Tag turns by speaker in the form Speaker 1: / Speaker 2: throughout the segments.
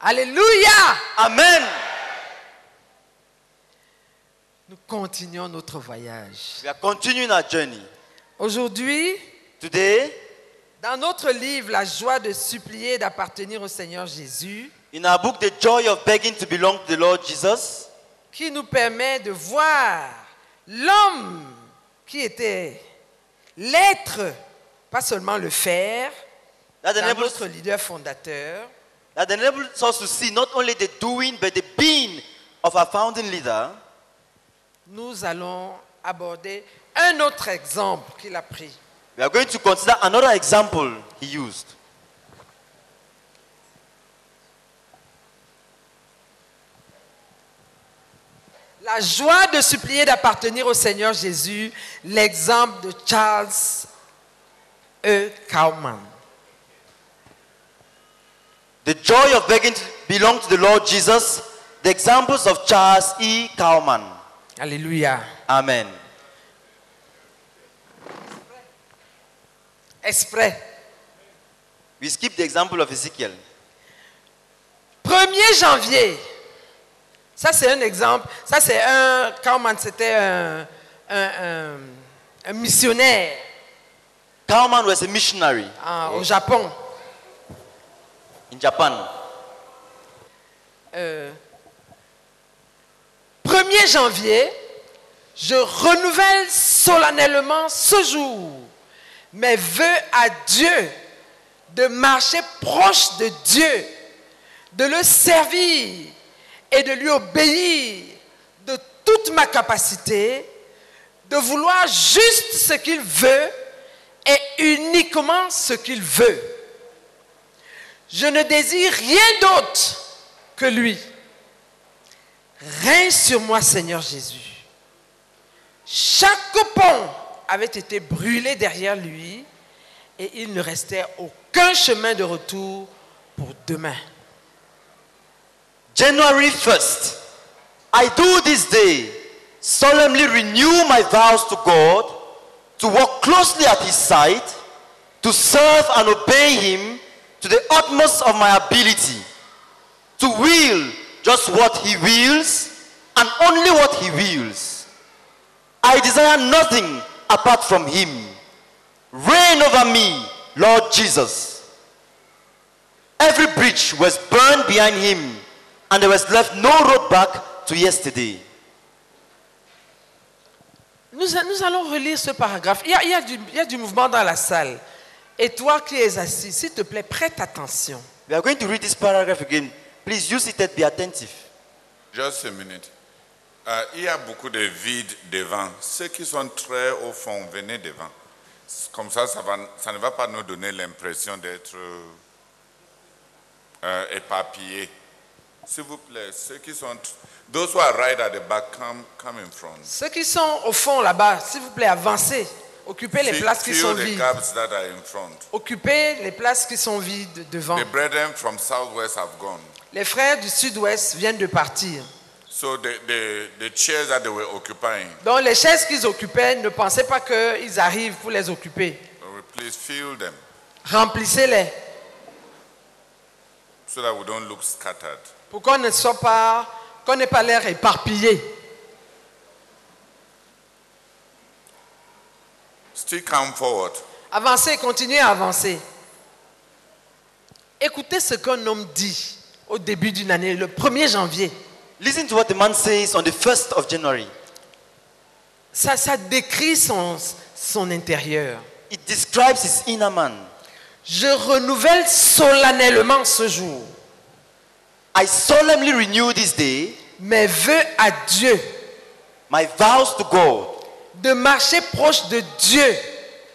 Speaker 1: Alléluia.
Speaker 2: Amen.
Speaker 1: Nous continuons notre voyage.
Speaker 2: We are continuing our journey.
Speaker 1: Aujourd'hui,
Speaker 2: Today,
Speaker 1: dans notre livre La joie de supplier et d'appartenir au Seigneur Jésus,
Speaker 2: in our book, The Joy of Begging to Belong to the Lord Jesus,
Speaker 1: qui nous permet de voir l'homme qui était l'être, pas seulement le faire,
Speaker 2: that
Speaker 1: dans
Speaker 2: enables,
Speaker 1: notre leader fondateur,
Speaker 2: that enables us to see not only the doing, but the being of our founding leader.
Speaker 1: nous allons aborder un autre exemple qu'il a pris.
Speaker 2: We are going to consider another example he used.
Speaker 1: La joie de supplier d'appartenir au Seigneur Jésus, l'exemple de Charles E. Kaufman.
Speaker 2: The Joy of Begging to Belong to the Lord Jesus, the examples of Charles E. Cowman.
Speaker 1: Alléluia.
Speaker 2: Amen.
Speaker 1: Exprès.
Speaker 2: We skip the example of Ezekiel.
Speaker 1: 1er janvier. Ça, c'est un exemple. Ça, c'est un. Kaufman, c'était un, un- un- un missionnaire
Speaker 2: Cowman was a missionary
Speaker 1: en- au Japon.
Speaker 2: in Japan.
Speaker 1: Euh, 1er janvier, je renouvelle solennellement ce jour mes voeux à Dieu de marcher proche de Dieu, de le servir et de lui obéir de toute ma capacité, de vouloir juste ce qu'il veut et uniquement ce qu'il veut. Je ne désire rien d'autre que lui. Règne sur moi, Seigneur Jésus. Chaque pont avait été brûlé derrière lui et il ne restait aucun chemin de retour pour demain.
Speaker 2: January 1st, I do this day solemnly renew my vows to God to walk closely at His side, to serve and obey Him to the utmost of my ability, to will just what He wills and only what He wills. I desire nothing apart from Him. Reign over me, Lord Jesus. Every bridge was burned behind him, and there was left no road back to yesterday.
Speaker 1: Nous, nous allons relire ce paragraphe. Il y, a, il y a du, il y a du mouvement dans la salle. Et toi qui es assis, s'il te plaît, prête attention.
Speaker 2: We are going to read this paragraph again. Please use it and be attentive.
Speaker 3: Juste une minute. Euh, il y a beaucoup de vides devant. Ceux qui sont très au fond, venez devant. Comme ça, ça, va- ça ne va pas nous donner l'impression d'être euh, éparpillés. S'il vous plaît, ceux qui sont... Those who are right at the back, come, come in front.
Speaker 1: Ceux qui sont au fond là-bas, s'il vous plaît, avancez. Occupez les
Speaker 3: Fill-
Speaker 1: places qui
Speaker 3: fill
Speaker 1: sont
Speaker 3: the
Speaker 1: vides.
Speaker 3: gaps that are in front.
Speaker 1: Occupez les places qui sont vides devant.
Speaker 3: The brethren from southwest have gone.
Speaker 1: Les frères du sud-ouest viennent de partir.
Speaker 3: So the, the, the chairs that they were occupying,
Speaker 1: Donc les chaises qu'ils occupaient, ne pensez pas qu'ils arrivent pour les occuper.
Speaker 3: uh, please fill them
Speaker 1: Remplissez-les
Speaker 3: so that we don't look scattered.
Speaker 1: pour qu'on ne soit pas, qu'on n'ait pas l'air éparpillé.
Speaker 3: Still come forward.
Speaker 1: Avancez, continuez à avancer. Écoutez ce qu'un homme dit au début d'une année, le 1er janvier.
Speaker 2: Listen to what the man says on the 1st of January.
Speaker 1: Ça, ça décrit son, son intérieur.
Speaker 2: It describes his inner man.
Speaker 1: Je renouvelle solennellement ce jour
Speaker 2: I solemnly renew this day
Speaker 1: mes vœux à Dieu
Speaker 2: my vows to God,
Speaker 1: de marcher proche de Dieu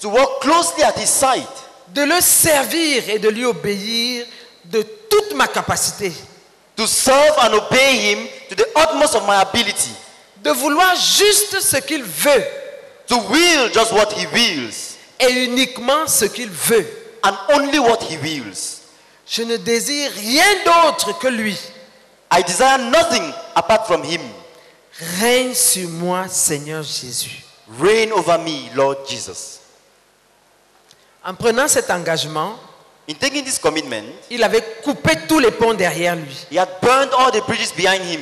Speaker 2: to walk closely at his side,
Speaker 1: de le servir et de lui obéir de toute ma capacité,
Speaker 2: to serve and obey him to the utmost of my ability,
Speaker 1: de vouloir juste ce qu'il veut
Speaker 2: to will just what he wills
Speaker 1: et uniquement ce qu'il veut.
Speaker 2: and only what he wills.
Speaker 1: Je ne désire rien d'autre que lui.
Speaker 2: I desire nothing apart from him.
Speaker 1: Règne sur moi, Seigneur Jésus.
Speaker 2: Reign over me, Lord Jesus.
Speaker 1: En prenant cet engagement,
Speaker 2: In taking this commitment,
Speaker 1: Il avait coupé tous les ponts derrière lui.
Speaker 2: he had burned all the bridges behind him.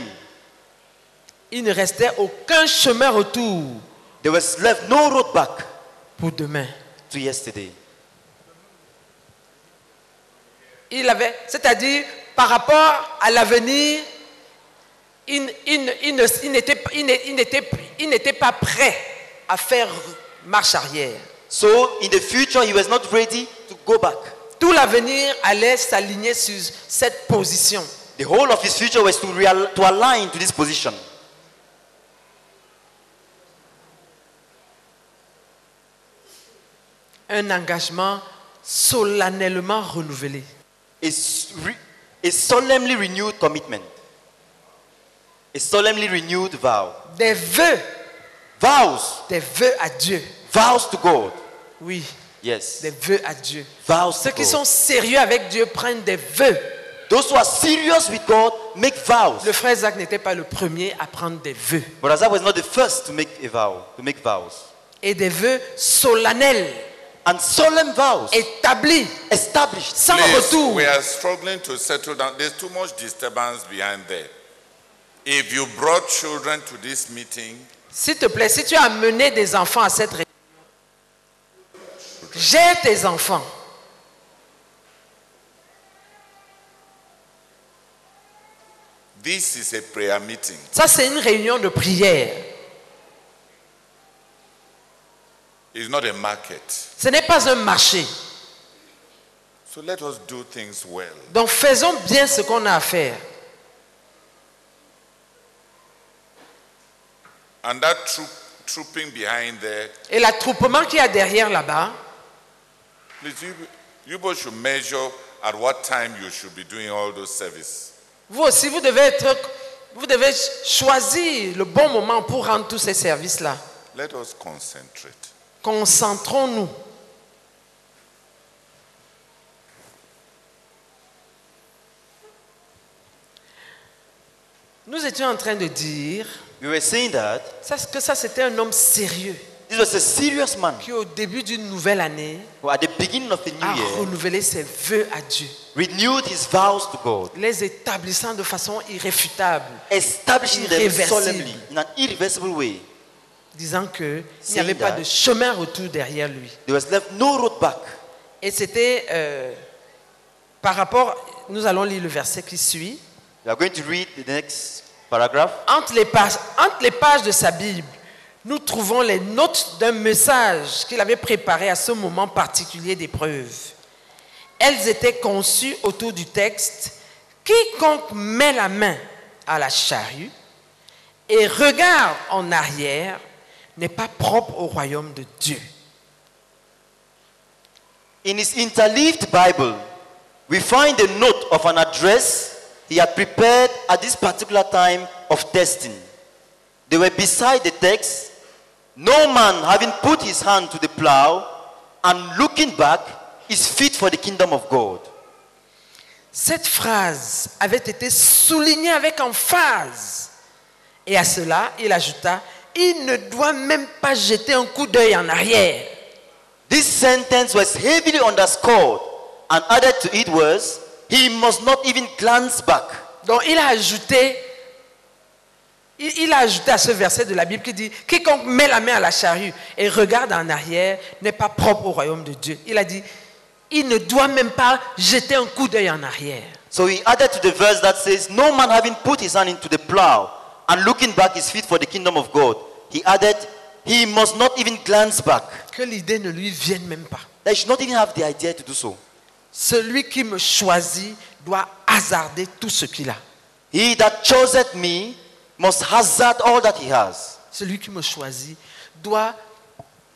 Speaker 1: Il ne restait aucun chemin retour
Speaker 2: There was left no road back
Speaker 1: pour demain.
Speaker 2: to yesterday.
Speaker 1: Il avait, c'est-à-dire par rapport à l'avenir, il, il ne- il ne- il n'était il ne- il n'était- il n'était pas prêt à faire marche arrière.
Speaker 2: So in the future, he was not ready to go back.
Speaker 1: Tout l'avenir allait s'aligner sur cette position.
Speaker 2: The whole of his future was to, real, to align to this position.
Speaker 1: Un engagement solennellement renouvelé.
Speaker 2: A, s- re- a solemnly renewed commitment. A solemnly renewed vow.
Speaker 1: Des vœux,
Speaker 2: Vows.
Speaker 1: des vœux à Dieu.
Speaker 2: Vows to God.
Speaker 1: Oui,
Speaker 2: Yes.
Speaker 1: des vœux à Dieu.
Speaker 2: Vows
Speaker 1: Ceux
Speaker 2: to
Speaker 1: qui
Speaker 2: God.
Speaker 1: sont sérieux avec Dieu prennent des vœux.
Speaker 2: Those who are serious with God make vows.
Speaker 1: Le frère Zach n'était pas le premier à prendre des vœux.
Speaker 2: But Isaiah was not the first to make a vow, to make vows.
Speaker 1: Et des vœux solennels,
Speaker 2: And solemn vows
Speaker 1: établis,
Speaker 2: established.
Speaker 1: sans
Speaker 3: Please,
Speaker 1: retour.
Speaker 3: we are struggling to settle down. There's too much disturbance behind there. If you brought children to this meeting,
Speaker 1: S'il te plaît, si tu as amené des enfants à cette réunion, j'ai tes enfants.
Speaker 3: this is a prayer meeting.
Speaker 1: Ça, c'est une réunion de prière.
Speaker 3: It's not a market.
Speaker 1: Ce n'est pas un marché.
Speaker 3: So let us do things well.
Speaker 1: Donc faisons bien ce qu'on a à faire.
Speaker 3: And that troop, trooping behind there,
Speaker 1: Et l'attroupement qu'il y a derrière là-bas,
Speaker 3: please, you, you both should measure at what time you should be doing all those service.
Speaker 1: vous aussi, vous devez être, vous devez choisir le bon moment pour rendre tous ces services-là.
Speaker 3: Let us concentrate.
Speaker 1: Concentrons-nous. Nous étions en train de dire
Speaker 2: We were saying that
Speaker 1: ça- que ça c'était un homme sérieux
Speaker 2: this was a serious man
Speaker 1: qui au début d'une nouvelle année
Speaker 2: who at the beginning of the
Speaker 1: a
Speaker 2: new year
Speaker 1: renouvelé ses vœux à Dieu,
Speaker 2: renewed his vows to God,
Speaker 1: les établissant de façon irréfutable,
Speaker 2: establishing them
Speaker 1: Irreversible.
Speaker 2: solemnly in an irreversible way.
Speaker 1: disant qu'il n'y
Speaker 2: Saying
Speaker 1: avait pas
Speaker 2: that.
Speaker 1: de chemin retour derrière lui.
Speaker 2: There was left no road back.
Speaker 1: Et c'était euh, par rapport, nous allons lire le verset qui suit.
Speaker 2: We are going to read the next paragraph.
Speaker 1: Entre les, pages, entre les pages de sa Bible, nous trouvons les notes d'un message qu'il avait préparé à ce moment particulier d'épreuve. Elles étaient conçues autour du texte Quiconque met la main à la charrue et regarde en arrière n'est pas propre au royaume de Dieu.
Speaker 2: In his interleaved Bible, we find a note of an address he had prepared at this particular time of testing. They were beside the text No man having put his hand to the plow and looking back is fit for the kingdom of God.
Speaker 1: Cette phrase avait été soulignée avec emphase. Et à cela, il ajouta, il ne doit même pas jeter un coup d'œil en arrière.
Speaker 2: This sentence was heavily underscored, and added to it was, He must not even glance back.
Speaker 1: Donc il a ajouté, il, il a ajouté à ce verset de la Bible qui dit, quiconque met la main à la charrue et regarde en arrière n'est pas propre au royaume de Dieu. Il a dit, il ne doit même pas jeter un coup d'œil en arrière.
Speaker 2: So he added to the verse that says, No man having put his hand into the plow and looking back is fit for the kingdom of God. He added, He must not even glance back.
Speaker 1: Que l'idée ne lui vienne même pas.
Speaker 2: They should not even have the idea to do so.
Speaker 1: Celui qui me choisit doit hasarder tout ce qu'il a.
Speaker 2: He that chooseth me must hazard all that he has.
Speaker 1: Celui qui me choisit doit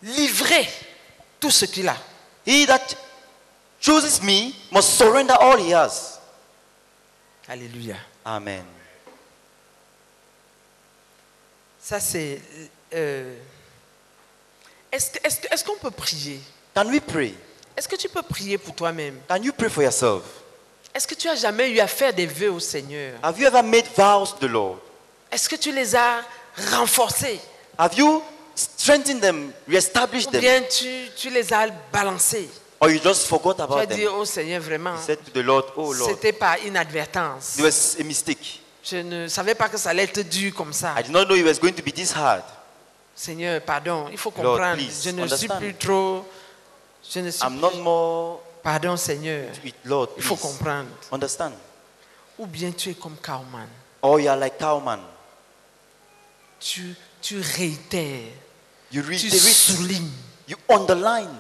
Speaker 1: livrer tout ce qu'il a.
Speaker 2: He that chooses me must surrender all he has.
Speaker 1: Alléluia.
Speaker 2: Amen.
Speaker 1: Ça c'est... euh, est-ce que- est-ce que- est-ce qu'on peut prier
Speaker 2: Can we pray?
Speaker 1: Est-ce que tu peux prier pour toi-même
Speaker 2: Can you pray for yourself?
Speaker 1: Est-ce que tu as jamais eu à faire des vœux au Seigneur
Speaker 2: Have you ever made vows to the Lord?
Speaker 1: Est-ce que tu les as renforcés
Speaker 2: Have you strengthened them, reestablished
Speaker 1: Ou
Speaker 2: them?
Speaker 1: bien tu, tu les as balancés
Speaker 2: or you just forgot
Speaker 1: Tu as
Speaker 2: about them.
Speaker 1: dit,
Speaker 2: He
Speaker 1: oh Seigneur, vraiment,
Speaker 2: said to the Lord, Oh Lord,
Speaker 1: c'était par inadvertance.
Speaker 2: it was a mistake.
Speaker 1: Je ne savais pas que ça allait être dur comme ça.
Speaker 2: I did not know it was going to be this hard.
Speaker 1: Seigneur, pardon, il faut
Speaker 2: Lord,
Speaker 1: comprendre.
Speaker 2: please,
Speaker 1: je ne
Speaker 2: understand.
Speaker 1: suis plus trop. Je ne suis
Speaker 2: I'm not
Speaker 1: plus-
Speaker 2: more
Speaker 1: Pardon, Seigneur.
Speaker 2: with Lord.
Speaker 1: Il faut
Speaker 2: Please.
Speaker 1: comprendre.
Speaker 2: Understand?
Speaker 1: Ou bien tu es comme Kaufman.
Speaker 2: Or you are like cowman.
Speaker 1: Tu, tu réitères,
Speaker 2: You read
Speaker 1: tu
Speaker 2: the read.
Speaker 1: soulignes
Speaker 2: You underline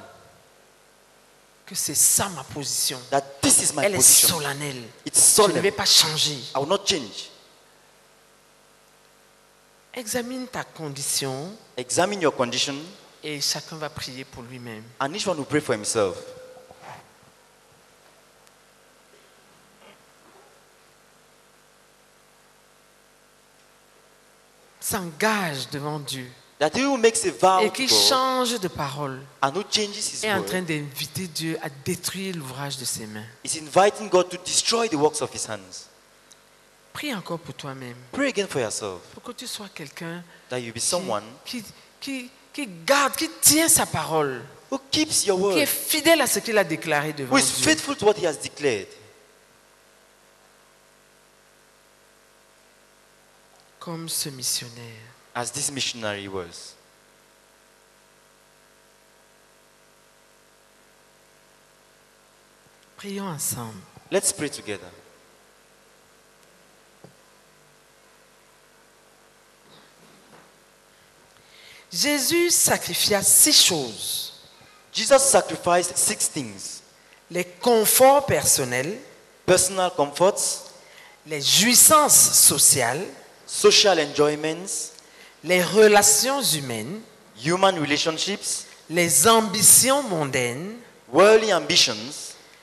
Speaker 1: que c'est ça ma position.
Speaker 2: that this is my
Speaker 1: Elle est
Speaker 2: position.
Speaker 1: solennelle.
Speaker 2: It's
Speaker 1: Je ne
Speaker 2: solemn.
Speaker 1: vais pas changer.
Speaker 2: I will not change.
Speaker 1: Examine ta condition
Speaker 2: Examine your condition,
Speaker 1: et chacun va prier pour lui-même.
Speaker 2: and each one will pray for himself.
Speaker 1: S'engage devant Dieu
Speaker 2: That he who makes a vow
Speaker 1: et
Speaker 2: to
Speaker 1: qui
Speaker 2: God
Speaker 1: change de parole
Speaker 2: and who changes his
Speaker 1: est en train
Speaker 2: word
Speaker 1: d'inviter Dieu à détruire l'ouvrage de ses mains.
Speaker 2: is inviting God to destroy the works of his hands.
Speaker 1: Prie encore pour toi-même,
Speaker 2: Pray again for yourself
Speaker 1: pour que tu sois quelqu'un
Speaker 2: that you be
Speaker 1: qui-
Speaker 2: someone
Speaker 1: qui, qui, qui garde, qui tient sa parole,
Speaker 2: who keeps your
Speaker 1: qui est
Speaker 2: word,
Speaker 1: fidèle à ce qu'il a déclaré devant
Speaker 2: who is
Speaker 1: Dieu.
Speaker 2: faithful to what he has declared.
Speaker 1: Comme ce missionnaire.
Speaker 2: as this missionary was.
Speaker 1: Prions ensemble.
Speaker 2: Let's pray together.
Speaker 1: Jésus sacrifia six choses.
Speaker 2: Jesus sacrificed six things
Speaker 1: Les conforts personnels,
Speaker 2: personal comforts,
Speaker 1: les jouissances sociales,
Speaker 2: social enjoyments,
Speaker 1: les relations humaines,
Speaker 2: human relationships,
Speaker 1: les ambitions mondaines,
Speaker 2: worldly ambitions,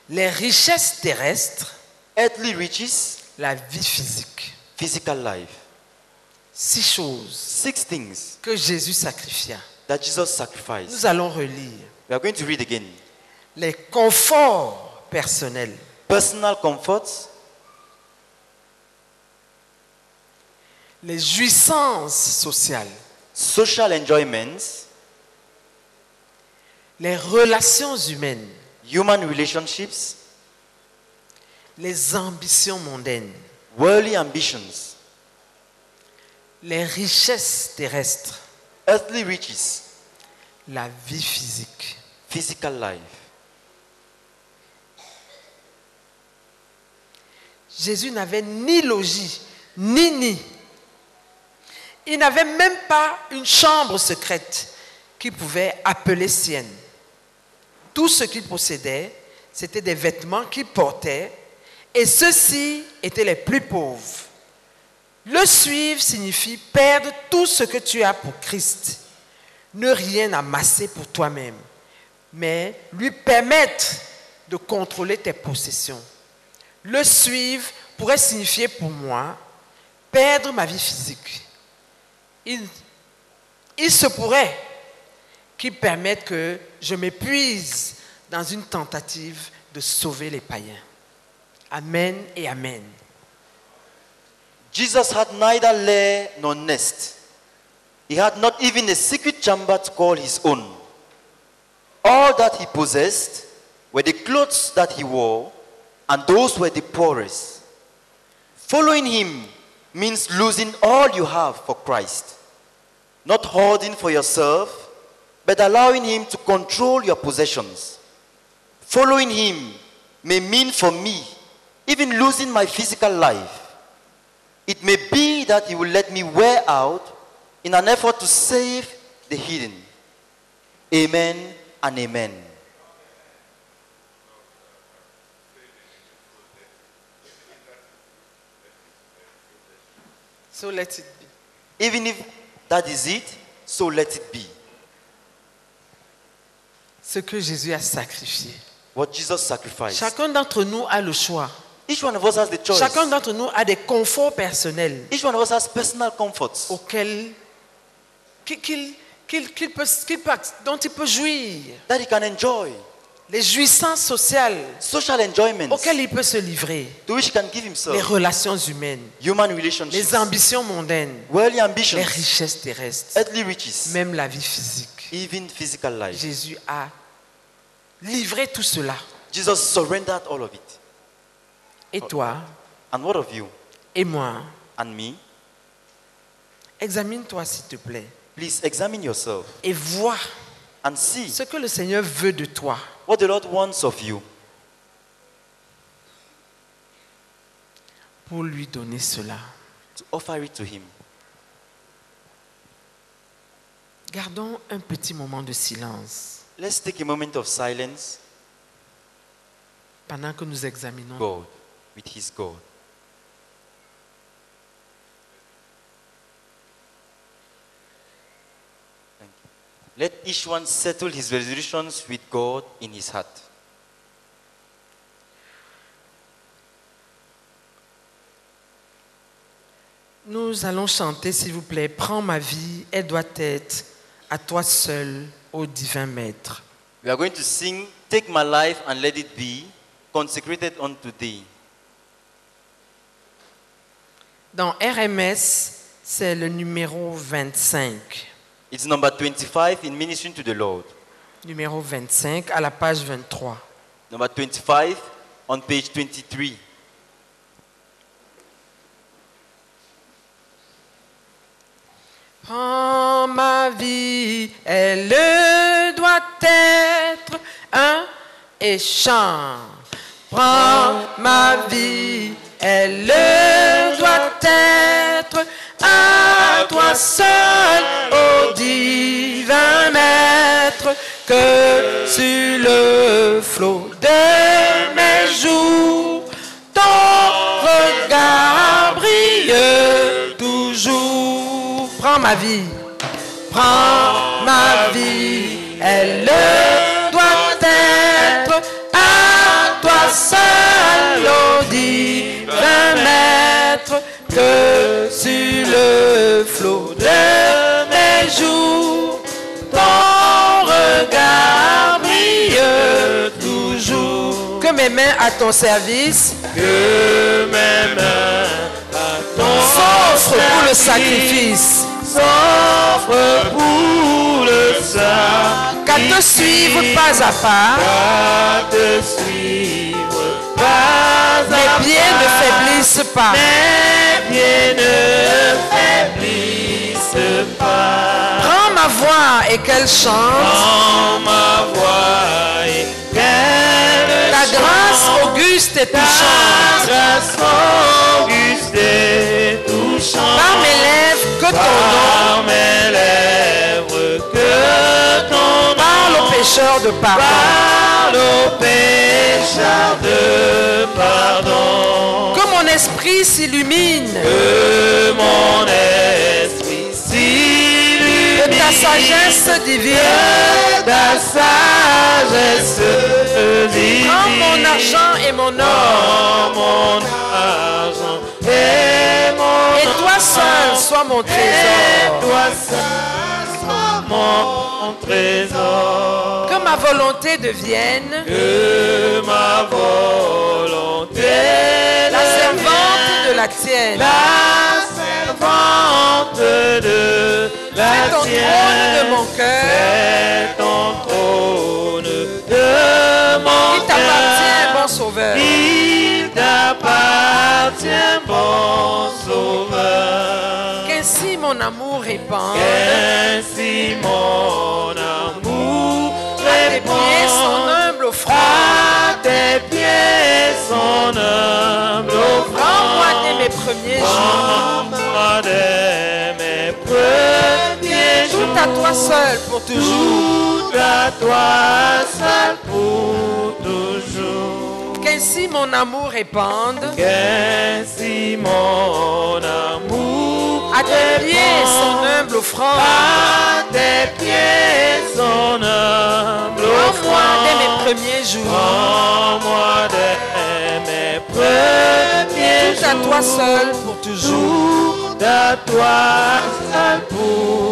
Speaker 1: les richesses terrestres,
Speaker 2: earthly riches,
Speaker 1: la vie physique.
Speaker 2: physical life.
Speaker 1: Six choses
Speaker 2: Six things
Speaker 1: que Jésus sacrifia.
Speaker 2: that Jesus sacrificed.
Speaker 1: Nous allons relire.
Speaker 2: We are going to read again
Speaker 1: Les conforts personnels,
Speaker 2: personal comforts,
Speaker 1: les jouissances sociales,
Speaker 2: social enjoyments,
Speaker 1: les relations humaines,
Speaker 2: human relationships,
Speaker 1: les ambitions mondaines,
Speaker 2: worldly ambitions,
Speaker 1: les richesses terrestres,
Speaker 2: earthly riches,
Speaker 1: la vie physique.
Speaker 2: physical life.
Speaker 1: Jésus n'avait ni logis, ni nid. Il n'avait même pas une chambre secrète qu'il pouvait appeler sienne. Tout ce qu'il possédait, c'était des vêtements qu'il portait, et ceux-ci étaient les plus pauvres. Le suivre signifie perdre tout ce que tu as pour Christ, ne rien amasser pour toi-même, mais lui permettre de contrôler tes possessions. Le suivre pourrait signifier pour moi perdre ma vie physique. Il, il se pourrait qu'il permette que je m'épuise dans une tentative de sauver les païens. Amen et Amen.
Speaker 2: Jesus had neither lair nor nest. He had not even a secret chamber to call his own. All that he possessed were the clothes that he wore, and those were the poorest. Following him means losing all you have for Christ, not hoarding for yourself, but allowing him to control your possessions. Following him may mean for me even losing my physical life. It may be that he will let me wear out in an effort to save the hidden. Amen and amen.
Speaker 1: So let it be.
Speaker 2: Even if that is it, so let it be.
Speaker 1: Ce que Jésus a sacrifié.
Speaker 2: What Jesus sacrificed.
Speaker 1: Chacun d'entre nous a le choix.
Speaker 2: Each one of us has the choice.
Speaker 1: Chacun d'entre nous a des conforts personnels.
Speaker 2: Each one of us has personal comforts
Speaker 1: Oh. auquel qu'il- qu'il- qu'il- qu'il peut- qu'il peut- dont il peut jouir,
Speaker 2: that he can enjoy,
Speaker 1: les jouissances sociales
Speaker 2: social enjoyments
Speaker 1: auxquelles il peut se livrer,
Speaker 2: to which he can give
Speaker 1: les
Speaker 2: himself,
Speaker 1: relations humaines,
Speaker 2: human relationships,
Speaker 1: les ambitions mondaines,
Speaker 2: worldly
Speaker 1: les
Speaker 2: ambitions,
Speaker 1: richesses terrestres,
Speaker 2: earthly riches,
Speaker 1: même la vie physique.
Speaker 2: even physical life.
Speaker 1: Jésus a livrer tout cela.
Speaker 2: Jesus surrendered all of it.
Speaker 1: Et toi,
Speaker 2: And what of you
Speaker 1: et moi,
Speaker 2: and me?
Speaker 1: examine-toi s'il te plaît
Speaker 2: Please examine yourself
Speaker 1: et vois
Speaker 2: and see
Speaker 1: ce que le Seigneur veut de toi.
Speaker 2: what the Lord wants of you
Speaker 1: pour lui donner cela.
Speaker 2: to offer it to Him.
Speaker 1: Gardons un petit moment de silence
Speaker 2: Let's take a moment of silence.
Speaker 1: pendant que nous examinons.
Speaker 2: God, with His God. Thank you. Let each one settle his resolutions with God in his heart.
Speaker 1: Nous allons chanter, s'il vous plaît, Prends ma vie, elle doit être à toi seul, ô divin Maître.
Speaker 2: We are going to sing, Take My Life and Let It Be, consecrated unto Thee.
Speaker 1: Dans RMS, c'est le numéro 25.
Speaker 2: It's number 25 in Ministering to the Lord.
Speaker 1: Numéro 25 à la page 23.
Speaker 2: Number 25 on page 23.
Speaker 1: Prends ma vie, elle doit être un échange. Prends ma vie, elle doit être à toi seul, ô divin maître, que sur le flot de mes jours, ton regard brille toujours. Prends ma vie, prends ma vie, elle doit être à toi seul, ô divin maître, que sur le flot de mes jours, ton regard brille toujours. Que mes mains à ton service s'offrent pour le sacrifice. S'offrent pour le sacrifice. Qu'à te suivre pas à pas. Mes pieds ne faiblissent pas. Prends ma voix et qu'elle chante. Ta grâce auguste et touchante. Par mes lèvres que ton nom. Parle aux pécheurs de pardon. Que mon esprit s'illumine. Que ta sagesse divine. Prends mon argent et mon or. Et toi seul sois mon trésor. Que ma volonté devienne. La servante de la tienne. Fais ton trône de mon cœur. Il t'appartient, bon sauveur. Qu'ainsi mon amour répande. À tes pieds son humble offrande. Rends-moi dès mes premiers jours. Tout à toi seul pour toujours. Qu'ainsi mon amour répande. À tes pieds son humble offrande. Rends-moi dès mes premiers jours. Tout à toi seul pour toujours.
Speaker 4: à toi seul pour